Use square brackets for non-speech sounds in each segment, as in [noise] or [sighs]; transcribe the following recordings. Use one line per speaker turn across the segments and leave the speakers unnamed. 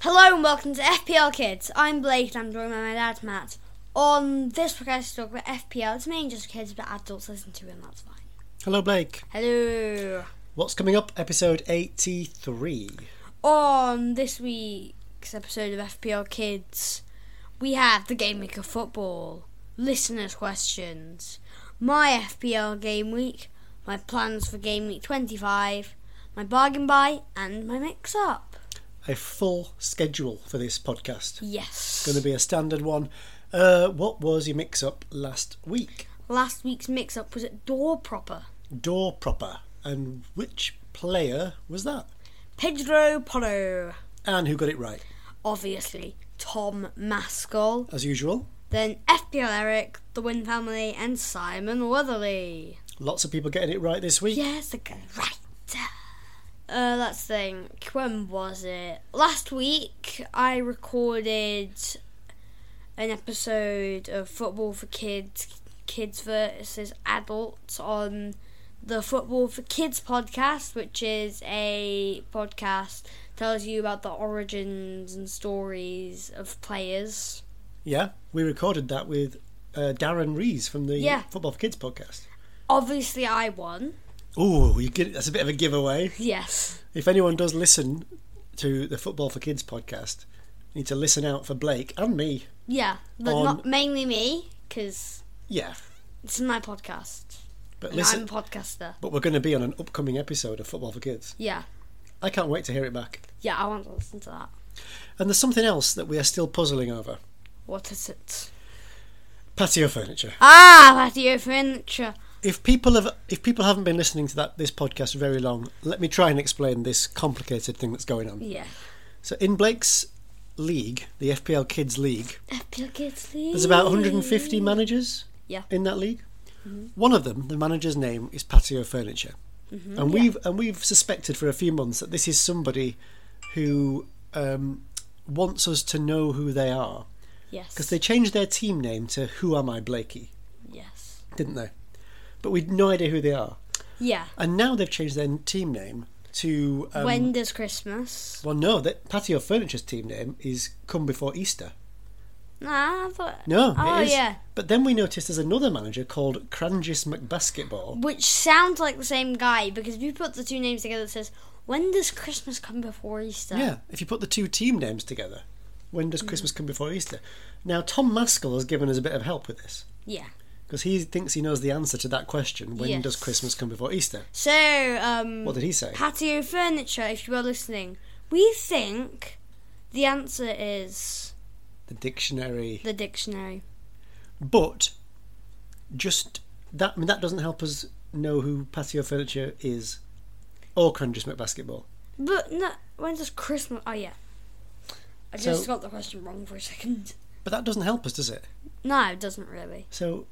Hello and welcome to FPL Kids. I'm Blake and I'm joined by my dad Matt. On this podcast, we talk about FPL. It's mainly just kids, but adults listen to it, and that's fine.
Hello, Blake.
Hello.
What's coming up? Episode 83.
On this week's episode of FPL Kids, we have the Game Week of Football, listeners' questions, my FPL Game Week, my plans for Game Week 25, my bargain buy, and my mix up.
A full schedule for this podcast.
Yes.
Going to be a standard one. Uh, what was your mix up last week?
Last week's mix up was at Door Proper.
Door proper. And which player was that?
Pedro Porro,
And who got it right?
obviously, Tom Maskell,
As usual,
then FPL Eric, the Wynn family, and Simon Weatherly.
lots of people getting it right this week.
Yes, the right. Uh, let's think. When was it? Last week, I recorded an episode of Football for Kids, Kids versus Adults on the Football for Kids podcast, which is a podcast tells you about the origins and stories of players.
Yeah, we recorded that with uh, Darren Rees from the
Yeah.
Football for Kids podcast.
Obviously, I won.
Oh, you get that's a bit of a giveaway.
Yes.
If anyone does listen to the Football for Kids podcast, you need to listen out for Blake and me.
Yeah, but
On-
not mainly me because
Yeah,
it's my podcast.
but
And
listen.
I'm a podcaster.
But we're going to be on an upcoming episode of Football for Kids.
Yeah.
I can't wait to hear it back.
Yeah, I want to listen to that.
And there's something else that we are still puzzling over
What is it?
patio furniture.
Ah, patio furniture.
If people have if people haven't been listening to that this podcast very long, let me try and explain this complicated thing that's going on.
Yeah.
So in Blake's league, the FPL Kids League,
FPL Kids
there's about 150 managers
Yeah. Mm-hmm.
in that league. One of them, the manager's name is Patio Furniture.
Mm-hmm.
and we've and we've suspected for a few months that this is somebody who um, wants us to know who they are
Yes.
because they changed their team name to Who Am I Blakey,
Yes.
didn't they? But we'd no idea who they are,
Yeah.
and now they've changed their team name to um,
when does Christmas?
Well, no, that Patio Furniture's team name is Come Before Easter.
Nah, I thought.
No,
Oh
it is.
yeah.
But then we noticed there's another manager called Crangis McBasketball.
Which sounds like the same guy because if you put the two names together, it says when does Christmas come before Easter?
Yeah, if you put the two team names together, when does
Mm.
Christmas come before Easter? Now, Tom Maskell has given us a bit of help with this
Yeah.
because he thinks he knows the answer to that question when
Yes.
does Christmas come before Easter?
So um.
What did he say?
patio furniture. If you are listening, we think the answer is
the dictionary.
the dictionary.
But just that, I mean, that doesn't help us know who Patio Furniture is or Crangis McBasketball.
But no, when does Christmas? Oh yeah, I
So-
just got the question wrong for a second.
But that doesn't help us, does it?
No, it doesn't really.
So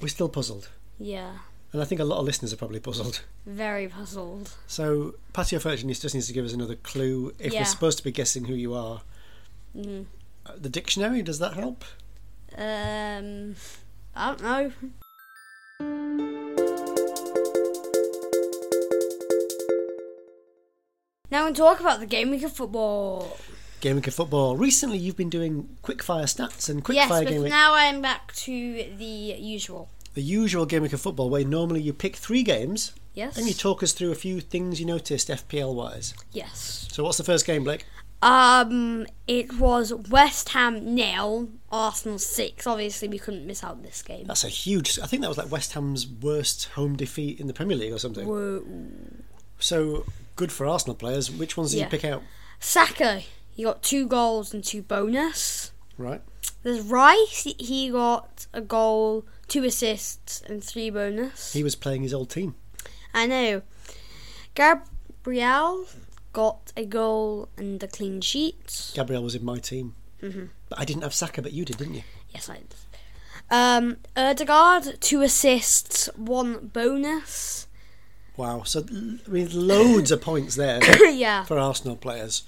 we're still puzzled.
Yeah,
And I think a lot of listeners are probably puzzled.
very puzzled.
So Patio Furniture needs- just needs to give us another clue if
Yeah.
we're supposed to be guessing who you are.
Mm.
Uh, The dictionary, does that help?
Um, I don't know. Now we talk about the game week of football.
Game Week of Football. Recently, you've been doing quickfire stats and quickfire
yes, but
Game Week.
now I am back to the usual.
the usual Game Week of Football, where normally you pick three games
Yes.
and you talk us through a few things you noticed FPL wise.
yes.
So, what's the first game, Blake?
Um, it was West Ham nil, Arsenal six. Obviously, we couldn't miss out this game.
That's a huge. I think that was like West Ham's worst home defeat in the Premier League or something.
Whoa.
So, good for Arsenal players. Which ones did
Yeah.
you pick out?
Saka, he got two goals and two bonus.
Right.
There's Rice, he got a goal, two assists, and three bonus.
He was playing his old team.
I know. Gabriel got a goal and a clean sheet.
Gabriel was in my team.
Mm-hmm.
But I didn't have Saka, but you did, didn't you?
Yes, I. Um, Erdegaard, two assists, one bonus. [coughs]
Wow. So, l- I mean, loads of points there
[coughs] yeah.
for Arsenal players.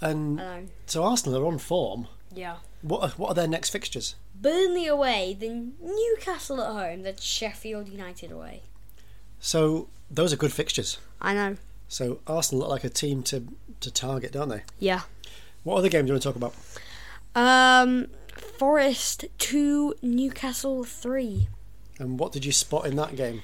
And
Um,
so, Arsenal are on form.
yeah.
What are, what are their next fixtures?
Burnley away, then Newcastle at home, then Sheffield United away.
So, those are good fixtures.
I know.
So, Arsenal look like a team to, to target, don't they?
Yeah.
What other games do you want to talk about?
Um, Forest 2, Newcastle 3.
And what did you spot in that game?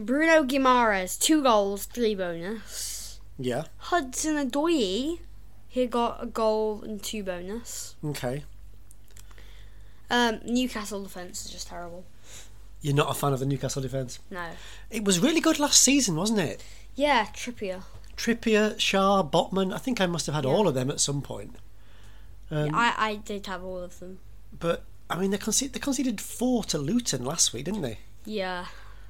Bruno Guimaraes, 2 goals, 3 bonus.
Yeah.
Hudson Adoye, he got a goal and 2 bonus.
Okay.
Um, Newcastle defence is just terrible.
You're not a fan of the Newcastle defence.
No.
It was really good last season, wasn't it?
Yeah, Trippier.
Trippier, Shah, Botman. I think I must have had
Yeah.
all of them at some point. Um,
I, I did have all of them.
But I mean, they conceded, they conceded four to Luton last week, didn't they?
Yeah.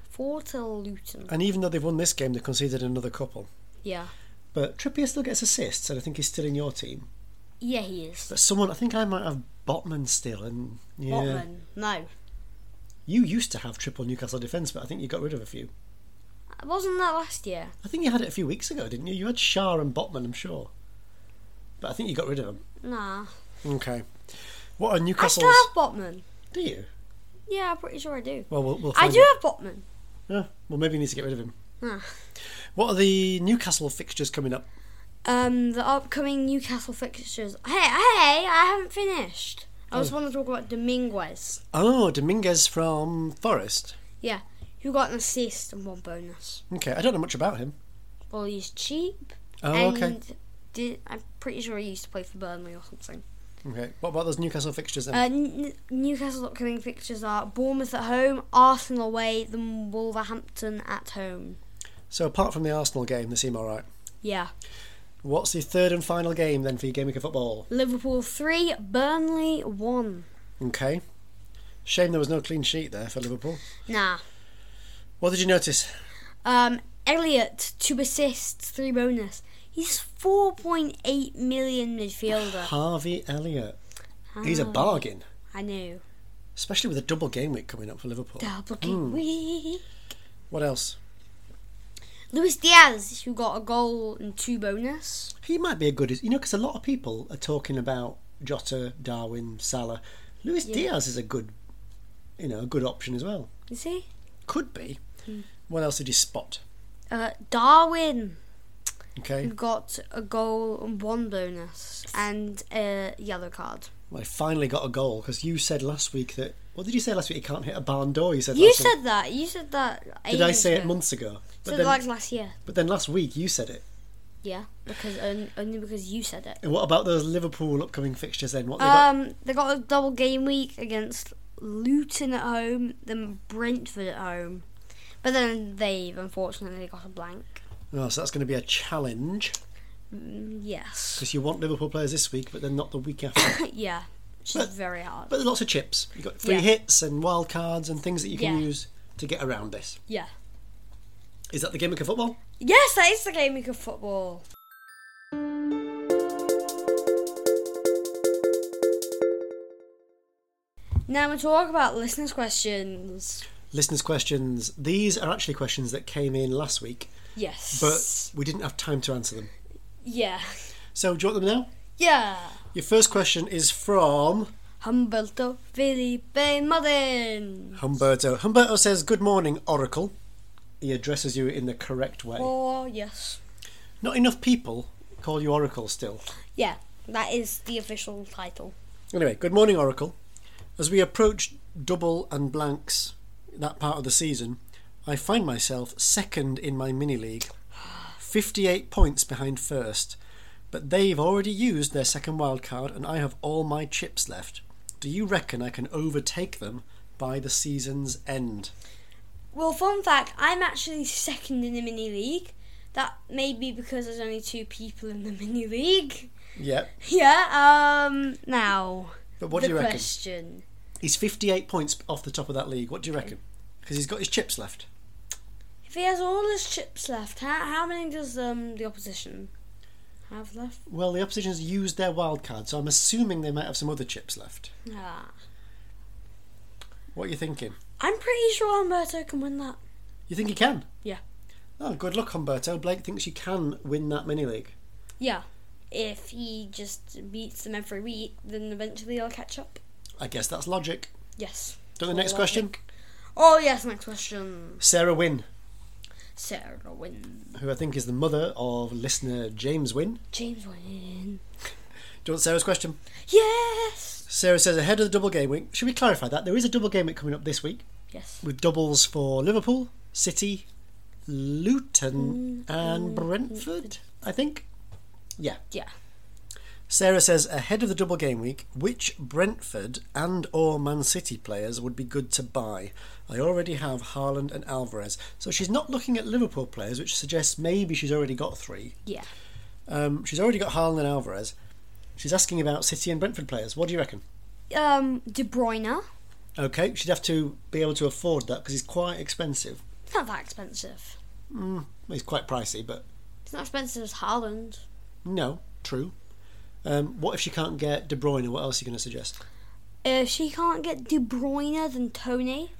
Four to Luton.
And even though they've won this game, they conceded another couple.
Yeah.
But Trippier still gets assists, and I think he's still in your team.
Yeah, he is.
But someone, I think I might have Botman still, and yeah,
Botman. No.
you used to have triple Newcastle defence, but I think you got rid of a few.
Wasn't that last year?
I think you had it a few weeks ago, didn't you? You had Shah and Botman, I'm sure. But I think you got rid of them.
Nah.
Okay. What are
I
Newcastle's?
still have Botman.
Do you?
Yeah, I'm pretty sure I do.
Well, we'll, we'll
I
find
do
out.
have Botman.
Yeah, well, maybe you need to get rid of him.
Ah.
What are the Newcastle fixtures coming up?
Um, the upcoming Newcastle fixtures. Hey, hey, I haven't finished. I just
Oh.
want to talk about Dominguez,
Oh, Dominguez from Forest.
who got an assist and one bonus.
Okay, I don't know much about him.
Well, he's cheap,
Oh,
and
okay.
did, I'm pretty sure he used to play for Burnley or something.
Okay. What about those Newcastle fixtures then?
Uh, N- Newcastle's upcoming fixtures are Bournemouth at home, Arsenal away, then Wolverhampton at home.
so apart from the Arsenal game, they seem all right.
Yeah,
What's the third and final game then for your game week of football?
Liverpool three, Burnley one.
Okay. Shame there was no clean sheet there for Liverpool.
Nah.
What did you notice?
Um, Elliot, two assists, three bonus. He's 4.8 million midfielder. Oh,
Harvey Elliott. [sighs] He's a
Mm.
bargain,
I know.
especially with a double game week coming up for Liverpool.
Double game week.
What else?
Luis Diaz, who got a goal and two bonus.
He might be a good, you know, because a lot of people are talking about Jota, Darwin, Salah. Luis Diaz is a good, you know, a good option as well.
Is he?
Could be.
Mm.
What else did you spot?
Uh, Darwin,
Okay,
who got a goal and one bonus and a yellow card.
well, I finally got a goal because you said last week that. What did you say last week? He can't hit a barn door. You said.
You
last week.
said that. You said that.
Did I say it months ago? But
Said
then,
like last year.
but then last week you said it.
Yeah, because on- only because you said it.
And what about those Liverpool upcoming fixtures then? What they got?
Um, they got a double game week against Luton at home, then Brentford at home, but then they've unfortunately got a blank.
Oh, so that's going to be a challenge
Mm, Yes,
because you want Liverpool players this week, but then not the week after.
[laughs] yeah, which is
But-
very hard.
but there's lots of chips. You've got free
Yeah.
hits and wild cards and things that you can
Yeah.
use to get around this.
Yeah,
Is that the gimmick of football?
yes, that is the game week of football. Now we talk about listeners' questions.
Listeners' questions. These are actually questions that came in last week,
Yes,
but we didn't have time to answer them.
yeah,
So, do you want them now?
yeah.
Your first question is from
Humberto Felipe Madden.
Humberto. Humberto says, Good morning, Oracle. He addresses you in the correct way.
Oh yes.
Not enough people call you Oracle still.
Yeah, that is the official title.
Anyway, good morning, Oracle. As we approach double and blanks, that part of the season, I find myself second in my mini league, 58 points behind first. But they've already used their second wild card, and I have all my chips left. Do you reckon I can overtake them by the season's end?
Well, fun fact I'm actually second in the mini league. That may be because there's only two people in the [laughs] mini league.
Yep.
Yeah, um, now.
But what
the
do you reckon?
question.
He's 58 points off the top of that league. What do you reckon? Because he's got his chips left.
If he has all his chips left, how, how many does um, the opposition have left?
Well, the opposition's used their wild card, so I'm assuming they might have some other chips left.
Ah.
What are you thinking?
I'm pretty sure Alberto can win that.
You think he can?
Yeah.
Oh, good luck, Humberto. Blake thinks you can win that mini league.
Yeah. If he just beats them every week, then eventually he'll catch up.
I guess that's logic.
Yes.
Do the next question?
Oh, yes, next question.
Sarah Wynn,
Sarah wins.
who I think is the mother of listener James Wynn,
James Wayne.
you want Sarah's question?
Yes.
Sarah says ahead of the double game week. Should we clarify that there is a double game week coming up this week
Yes.
with doubles for Liverpool, City, Luton, and Brentford? I think.
Yeah.
Sarah says ahead of the double game week, which Brentford and or Man City players would be good to buy? I already have Haaland and Alvarez, so she's not looking at Liverpool players, which suggests maybe she's already got three.
Yeah.
Um, she's already got Haaland and Alvarez. She's asking about City and Brentford players. What do you reckon?
Um, De Bruyne.
Okay, she'd have to be able to afford that because he's quite expensive.
It's not that expensive.
Mm, well, he's quite pricey, but
It's not expensive as Haaland.
no, true. Um, what if she can't get De Bruyne? What else are you going to suggest?
If she can't get De Bruyne, then Tony.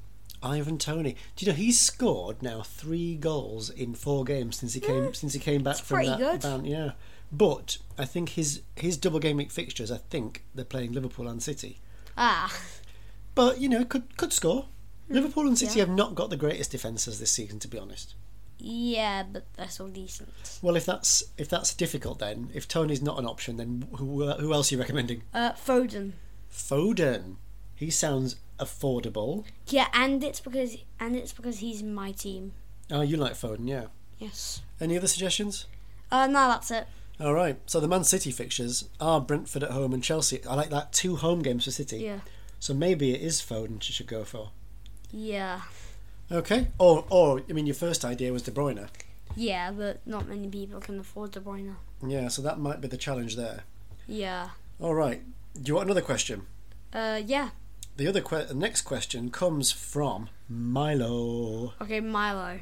Ivan Tony. Do you know he's scored now three goals in four games since he came since he came back
Mm, it's
from
pretty
that
good.
ban? Yeah, but I think his his double game week fixtures. I think they're playing Liverpool and City.
Ah.
But you know, could could score.
Mm,
Liverpool and City have not got the greatest defences this season, to be honest.
Yeah, but they're still decent.
Well, if that's if that's difficult, then if Tony's not an option, then who who else are you recommending?
Uh, Foden.
Foden. He sounds affordable.
Yeah, and it's because and it's because he's my team.
Oh, you like Foden, yeah.
Yes.
Any other suggestions?
Uh, no, that's it.
All right. So the Man City fixtures are Brentford at home and Chelsea. I like that two home games for City.
Yeah.
So maybe it is Foden she should go for.
Yeah.
Okay. Or or I mean, your first idea was De Bruyne.
Yeah, but not many people can afford De Bruyne.
Yeah. So that might be the challenge there.
Yeah.
All right. Do you want another question?
Uh, yeah.
The other que- the next question comes from Milo.
Okay, Milo.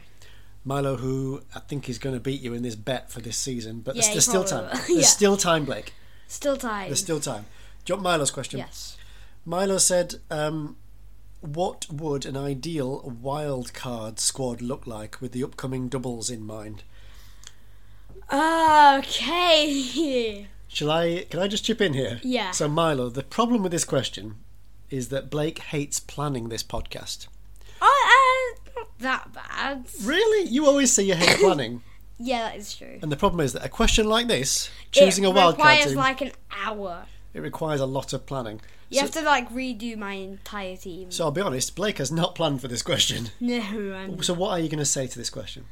Milo, who I think is going to beat you in this bet for this season, but
Yeah,
there's,
he
there's still time.
probably will. [laughs]
There's
Yeah.
still time, Blake.
Still tied.
There's still time. Do you want Milo's question?
yes.
Milo said, um, "What would an ideal wild card squad look like with the upcoming doubles in mind?"
Okay. [laughs]
Shall I? Can I just chip in here?
Yeah.
So, Milo, the problem with this question is that Blake hates planning this podcast.
oh, uh, not that bad.
Really? You always say you hate planning, [laughs]
Yeah, that is true.
and the problem is that a question like this, choosing a wild card
requires
team,
like an hour.
it requires a lot of planning.
You
So-
have to like redo my entire team.
So I'll be honest, Blake has not planned for this question.
[laughs]
[laughs]
no, I'm.
Oh, So what are you going to say to this question?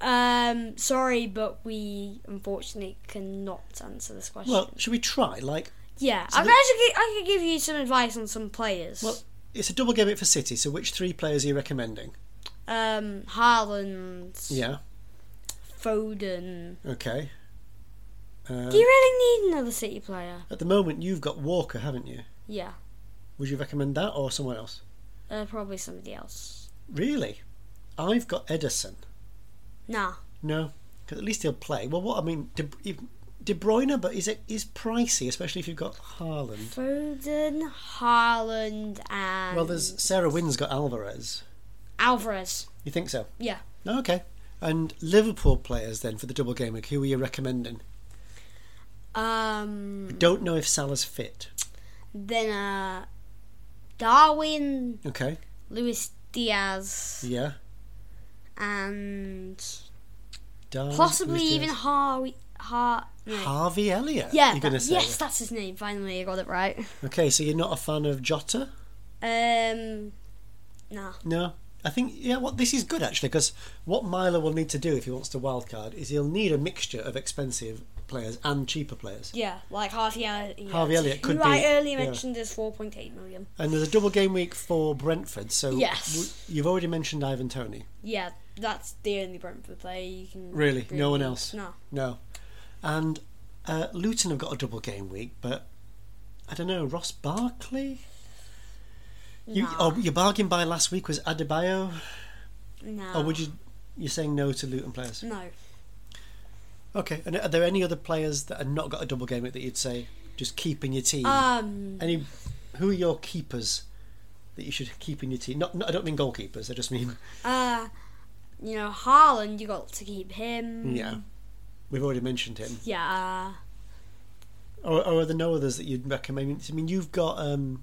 Um, sorry, but we unfortunately cannot answer this question.
Well, should we try? Like,
yeah, I,
the-
can actually, gi- I could give you some advice on some players.
well, it's a double game it for City. So which three players are you recommending?
um, Haaland,
Yeah.
Foden.
Okay. Uh,
Do you really need another City player?
at the moment, you've got Walker, haven't you?
Yeah,
Would you recommend that or someone else?
uh, probably somebody else.
Really? I've got Edison.
Nah.
No, because at least he'll play. Well, what I mean, De, if- De Bruyne, but is it is pricey, especially if you've got Haaland.
Foden, Haaland, and
Well, there's Sarah Wynn's got Alvarez.
Alvarez.
You think so?
Yeah.
Okay. And Liverpool players then for the double game week, who are you recommending?
Mm. Um,
Don't know if Salah's fit.
then uh, Darwin,
Okay.
Luis Diaz,
Yeah.
and
Darwin,
possibly
Luis
even
Diaz.
Harvey. Har- no.
Harvey Elliott.
yeah,
You're
that-
gonna say.
yes, that's his name. Finally, I got it right.
Okay, so you're not a fan of Jota?
Um, nah.
No. I think yeah. What this is good actually, because what Milo will need to do if he wants to wildcard is he'll need a mixture of expensive players and cheaper players.
Yeah, like Harvey Elliott.
Harvey Elliott could
who I
be-
earlier
yeah.
mentioned is 4.8 million.
And there's a double game week for Brentford, so
Yes.
you've already mentioned Ivan Tony.
Yeah, that's the only Brentford player you can.
Really? No one else?
No.
No. And uh, Luton have got a double game week, but I don't know, Ross Barkley? You,
Nah.
oh, your bargain buy last week was Adebayo?
No.
Or oh, would you, you're saying no to Luton players?
No.
Okay, and are there any other players that have not got a double game week that you'd say just keep in your team?
Um.
any, who are your keepers that you should keep in your team? Not, not I don't mean goalkeepers, I just mean,
Uh, you know, Haaland, you got to keep him.
yeah. We've already mentioned him.
Yeah.
Or, or are there no others that you'd recommend? I mean, you've got um,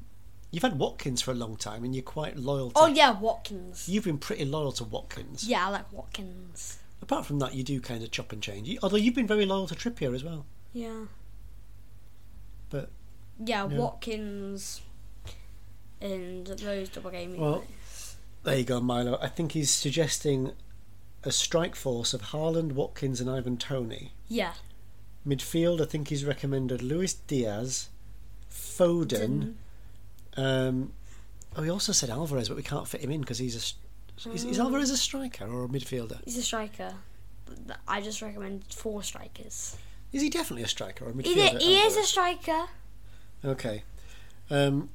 you've had Watkins for a long time, and you're quite loyal. to
Oh yeah, Watkins.
You've been pretty loyal to Watkins.
Yeah, I like Watkins.
Apart from that, you do kind of chop and change. You- Although you've been very loyal to Trippier as well.
Yeah.
But
Yeah,
Yeah.
Watkins and those double game
Well,
units.
there you go, Milo. I think he's suggesting a strike force of Haaland, Watkins, and Ivan Tony.
Yeah.
Midfield, I think he's recommended Luis Diaz, Foden. Um, oh, he also said Alvarez, but we can't fit him in because he's a. str- Is, is
Oh.
Alvarez a striker or a midfielder?
He's a striker. But th- I just recommend four strikers.
Is he definitely a striker or a midfielder? oh,
He, did- he is
Alvarez?
a striker.
Okay. Um,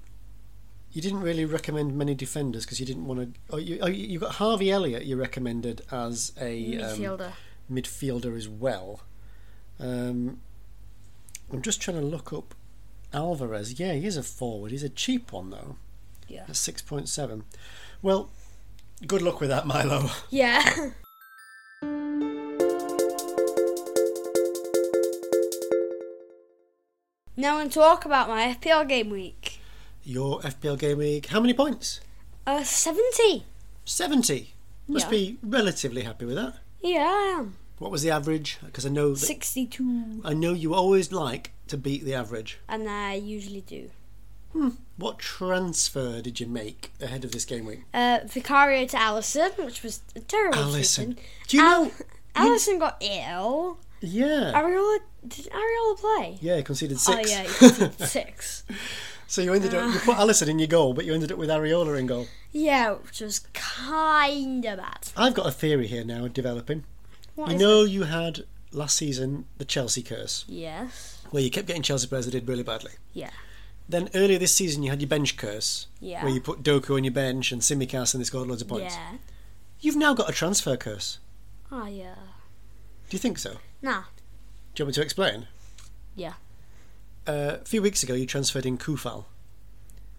you didn't really recommend many defenders because you didn't want to. Oh, you, oh, you you got Harvey Elliott. You recommended as a um,
Midfielder.
midfielder as well. Um, I'm just trying to look up Alvarez. Yeah, he is a forward. He's a cheap one though.
Yeah.
At six point seven. Well, good luck with that, Milo.
Yeah. [laughs] now and talk about my FPL game week.
Your FPL game week. How many points?
Uh, 70.
Seventy. Must
Yeah.
be relatively happy with that.
Yeah, I am.
What was the average? Because I know that
62.
I know you always like to beat the average. Hmm,
And I usually do.
What transfer did you make ahead of this game week?
Uh, Vicario to Allison, which was a terrible
Allison.
decision.
Do you
Al-
know?
Allison got ill.
Yeah.
Ariola, did Ariola play?
Yeah, conceded six.
Oh,
[laughs]
yeah, he conceded Ah. six.
so you ended up you put Allison in your goal, but you ended up with Ariola in goal.
Yeah, which was kind of bad.
I've got a theory here now developing.
What
You
is
know, you had last season the Chelsea curse,
it? Yes.
where you kept getting Chelsea players that did really badly.
Yeah.
Then earlier this season, you had your bench curse,
Yeah.
where you put Doku on your bench and Simicast and they scored loads of points.
Yeah.
You've now got a transfer curse.
Oh, yeah.
Do you think so?
Nah.
Do you want me to explain?
Yeah.
Uh, a few weeks ago, you transferred in Kufal.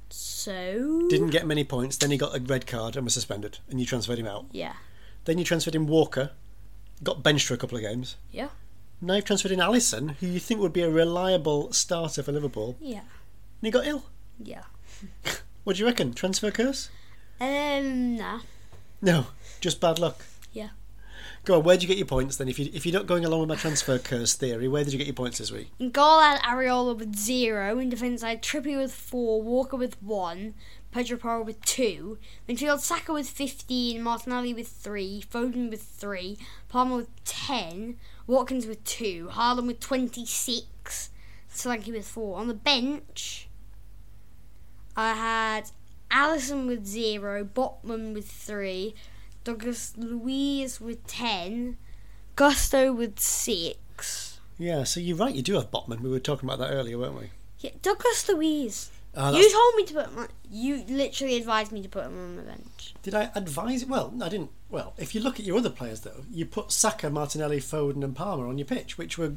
So.
Didn't get many points. Then he got a red card and was suspended, and you transferred him out.
Yeah.
Then you transferred in Walker, got benched for a couple of games.
Yeah.
Now you've transferred in Allison, who you think would be a reliable starter for Liverpool,
Yeah.
and he got ill.
Yeah.
What do you reckon? Transfer curse?
Um. Nah.
No, just bad luck.
Yeah.
Go on. Where would you get your points then? If you if you're not going along with my transfer curse theory, where did you get your points this week?
In goal, I had Ariola with zero. In defence, I had Trippier with four, Walker with one, Pedro Porro with two, midfield Saka with fifteen, Martinelli with three, Foden with three, Palmer with ten, Watkins with two, Haaland with twenty-six, Solanke with four. On the bench, I had Allison with zero, Botman with three, Douglas Louise with ten, Gusto with six.
Yeah, so you're right. You do have Botman. We were talking about that earlier, weren't we?
Yeah, Douglas Louise.
Uh,
you told me to put him on. You literally advised me to put him on the bench.
Did I advise? Well, no, I didn't. Well, if you look at your other players though, you put Saka, Martinelli, Foden, and Palmer on your pitch, which were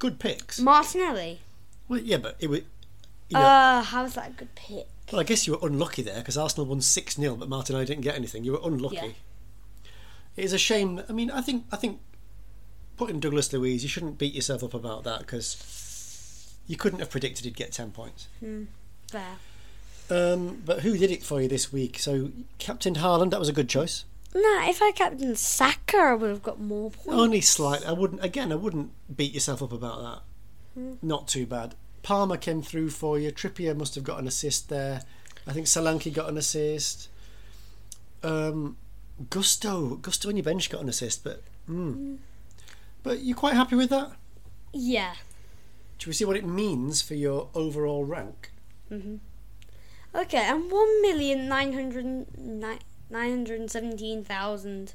good
Mm.
picks.
Martinelli.
Well, yeah, but it was. You know,
Uh, how is that a good pick?
well, I guess you were unlucky there because Arsenal won six 0 but Martinelli didn't get anything. You were unlucky.
Yeah.
It is a shame. that- I mean, I think I think putting Douglas Louise, you shouldn't beat yourself up about that because you couldn't have predicted he'd get ten points.
Fair.
Um, but who did it for you this week? So Captain Haaland, that was a good choice.
Nah, if I captained Saka, I would have got more points.
Only slight. I wouldn't. Again, I wouldn't beat yourself up about that. Not too bad. Palmer came through for you. Trippier must have got an assist there. I think Solanke got an assist. Um, Gusto, Gusto on your bench got an assist, but mm. but you're quite happy with that.
Yeah.
Should we see what it means for your overall rank?
Okay, I'm one million nine hundred nine hundred seventeen thousand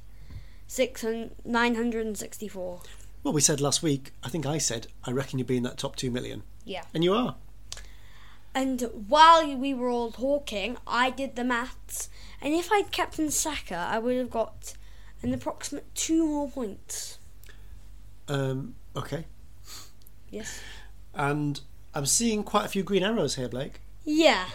six hundred nine hundred sixty-four.
Well, we said last week. I think I said I reckon you'd be in that top two million,
Yeah.
and you are.
And while we were all talking, I did the maths. And if I'd captain Saka, I would have got an approximate two more points.
Um, okay,
Yes.
and I'm seeing quite a few green arrows here, Blake.
Yeah.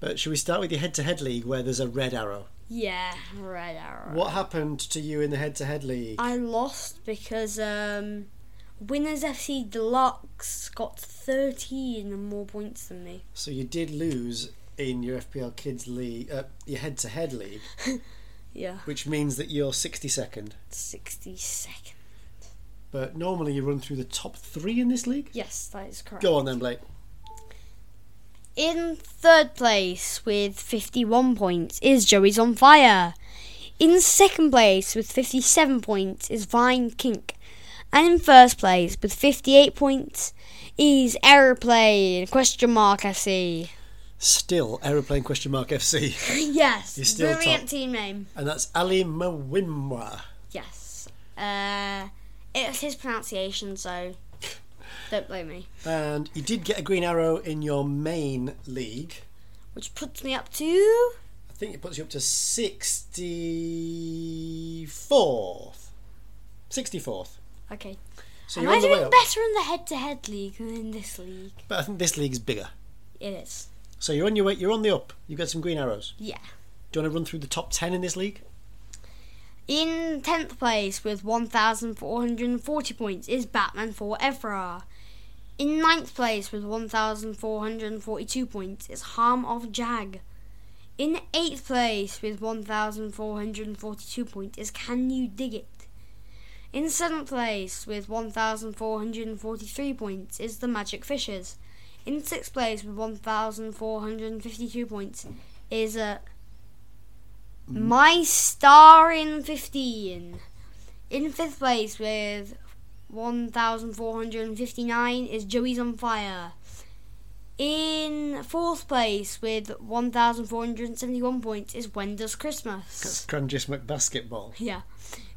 But should we start with your head-to-head league where there's a red arrow?
Yeah. Red arrow.
What happened to you in the head-to-head league?
I lost because um, Winners FC Deluxe got 13 more points than me.
So you did lose in your FPL Kids league, uh, your head-to-head league,
Yeah.
which means that you're 62nd.
60 seconds.
But normally you run through the top three in this league.
Yes, that is correct.
Go on then, Blake.
In third place with 51 points is Joey's on fire. In second place with 57 points is Vine Kink. And in first place with 58 points is Aeroplane question mark I see.
Still aeroplane question mark FC,
[coughs] yes.
He's still
brilliant
top.
team name.
[laughs] and that's Ali Mwimwa.
Yes. Uh it's his pronunciation
[laughs]
so don't blame me.
And you did get a green arrow in your main league.
Which puts me up to
I think it puts you up to 64th. 64th.
Okay.
So
Am
you're
I
on the way
doing
up.
better in the head to head league than in this league?
But I think this league's bigger.
It is.
So you're on your way, you're on the up. You've got some green arrows.
Yeah.
Do you want to run through the top 10 in this league?
In 10th place with 1,440 points is Batman Forever. In ninth place with 1,442 points is Harm of Jag. In 8th place with 1,442 points is Can You Dig It? In 7th place with 1,443 points is The Magic Fishes. In 6th place with 1,452 points is uh, my Star in 15. In fifth place with 1,459 is Joey's on Fire. In fourth place with 1,471 points is When Does Christmas?
Crungismic basketball.
Yeah.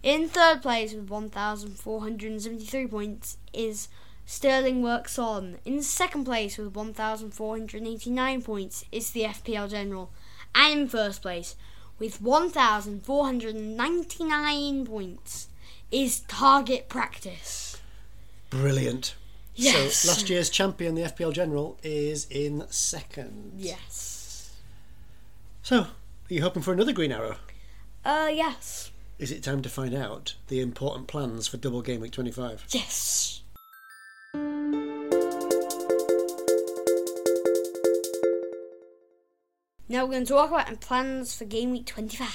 In third place with 1,473 points is Sterling Works On. In second place with 1,489 points is the FPL General. And in first place with 1,499 points is Target Practice.
Brilliant.
Yes.
So last year's champion, the FPL General, is in second.
Yes.
So, are you hoping for another green arrow?
Uh, yes.
Is it time to find out the important plans for Double Game Week 25?
Yes. Now we're going to talk about plans for game week 25.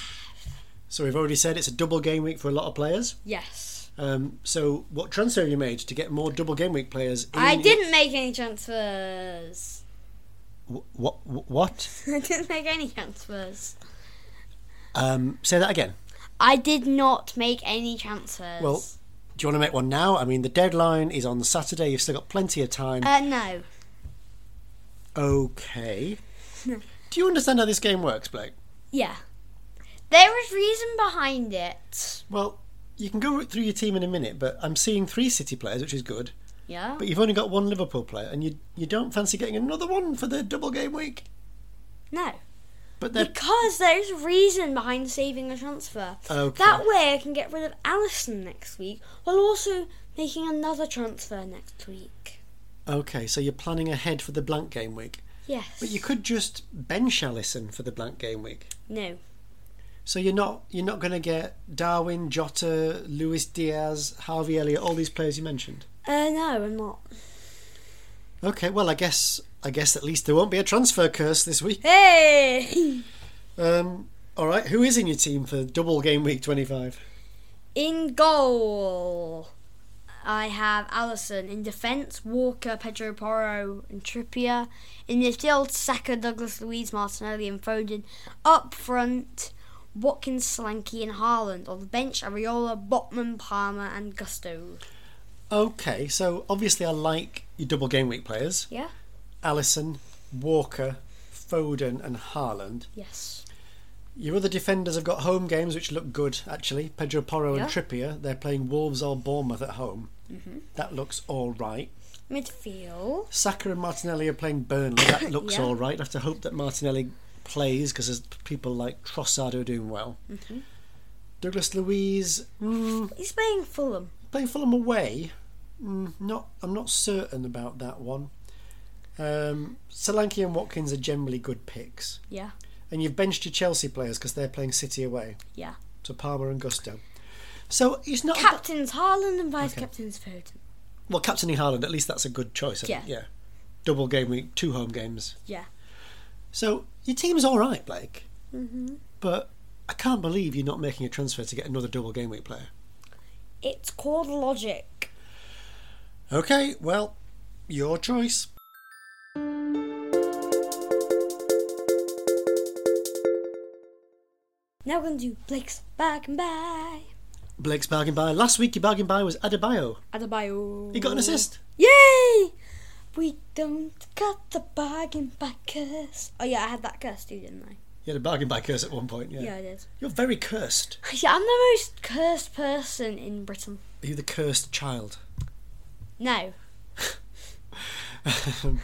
So we've already said it's a double game week for a lot of players.
Yes.
Um, so what transfer have you made to get more double game week players? In
I didn't make any transfers. [laughs]
What? What?
I didn't make any transfers.
Um, say that again.
I did not make any transfers.
Well, do you want to make one now? I mean, the deadline is on Saturday. You've still got plenty of time.
uh, no.
okay. do you understand how this game works, Blake?
Yeah. There is reason behind it.
Well, you can go through your team in a minute, but I'm seeing three City players, which is good.
Yeah.
But you've only got one Liverpool player, and you you don't fancy getting another one for the double game week.
No.
But they're
Because there's a reason behind saving a transfer.
Okay.
That way I can get rid of Allison next week while also making another transfer next week.
okay. So you're planning ahead for the blank game week.
Yes.
But you could just bench Allison for the blank game week.
No.
So you're not you're not going to get Darwin, Jota, Luis Diaz, Harvey Elliott, all these players you mentioned.
Uh, no, I'm not.
Okay, well I guess I guess at least there won't be a transfer curse this week.
Hey! [laughs]
Um, all right, who is in your team for double game week twenty five?
In goal, I have Allison. In defence, Walker, Pedro Porro, and Trippier. In midfield, Saka, Douglas, Louise, Martinelli, and Foden. Up front, Watkins, Solanke, and Haaland. On the bench, Ariola, Botman, Palmer, and Gusto.
Okay, so obviously I like your double game week players:
Yeah?
Allison, Walker, Foden, and Haaland.
Yes.
Your other defenders have got home games, which look good actually. Pedro Porro
Yeah.
and Trippier. They're playing Wolves or Bournemouth at home. That looks all right.
Midfield.
Saka and Martinelli are playing Burnley.
[coughs]
That looks
Yeah.
all right. I have to hope that Martinelli plays because there's people like Trossard who are doing well.
Mm-hmm.
Douglas Louise mm,
He's playing Fulham.
playing Fulham away. Mm, not, I'm not certain about that one. Um, Solanke and Watkins are generally good picks,
Yeah.
and you've benched your Chelsea players because they're playing City away.
Yeah.
So Palmer and Gusto. So it's not that-
Captain's Haaland and vice captain's Foden.
well captaining Haaland. At least that's a good choice. I Think.
Yeah.
yeah. Double game week, two home games.
Yeah.
So your team's all right, Blake.
Mm-hmm.
But I can't believe you're not making a transfer to get another double game week player.
It's called logic.
Okay, well, your choice.
Now we're going to do Blake's Bargain Buy.
Blake's bargain buy. Last week your bargain buy was Adebayo.
Adebayo.
He got an assist.
Yay! We don't got the bargain buy curse. Oh, yeah, I had that curse too, didn't I?
He had a bargain buy curse at one point. Yeah.
Yeah, I did.
You're very cursed.
[laughs] Yeah, I'm the most cursed person in Britain.
Are you the
[laughs]
cursed child?
No.
um,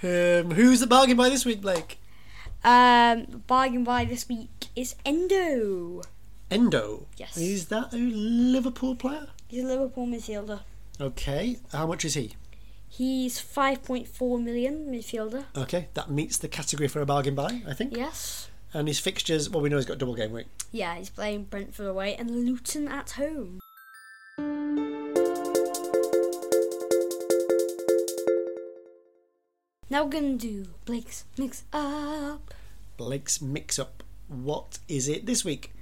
who's the bargain buy this week, Blake?
Um, the bargain buy this week is Endo.
Endo.
Yes.
Is that a Liverpool player?
He's a Liverpool midfielder.
Okay. How much is he?
He's 5.4 million midfielder.
Okay, that meets the category for a bargain buy, I think.
Yes.
And his fixtures, well, we know he's got double game week.
Yeah, he's playing Brentford away and Luton at home. Now we're gonna do Blake's mix up.
Blake's mix up. What is it this week?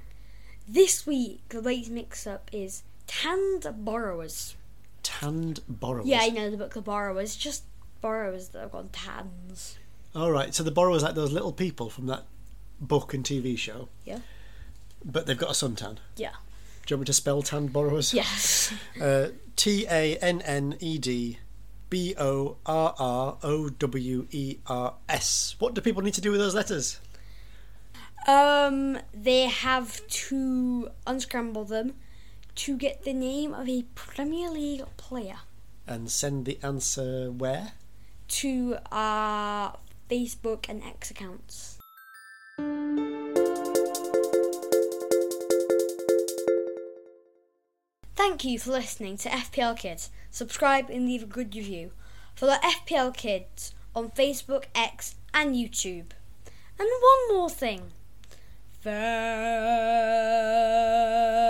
This week, the Blake's mix up is Tanned Borrowers.
Tanned borrowers.
Yeah, you know the book, The Borrowers, just borrowers that have got tans.
All right, so the borrowers like those little people from that book and TV show.
Yeah.
But they've got a suntan.
Yeah.
Do you want me to spell tanned borrowers?
Yes.
Uh, T A N N E D B O R R O W E R S. What do people need to do with those letters?
[laughs] Um, they have to unscramble them to get the name of a Premier League player
And send the answer where?
to our Facebook and X accounts. Thank you for listening to FPL Kids. Subscribe and leave a good review. Follow FPL Kids on Facebook, X, and YouTube. And one more thing. Farewell.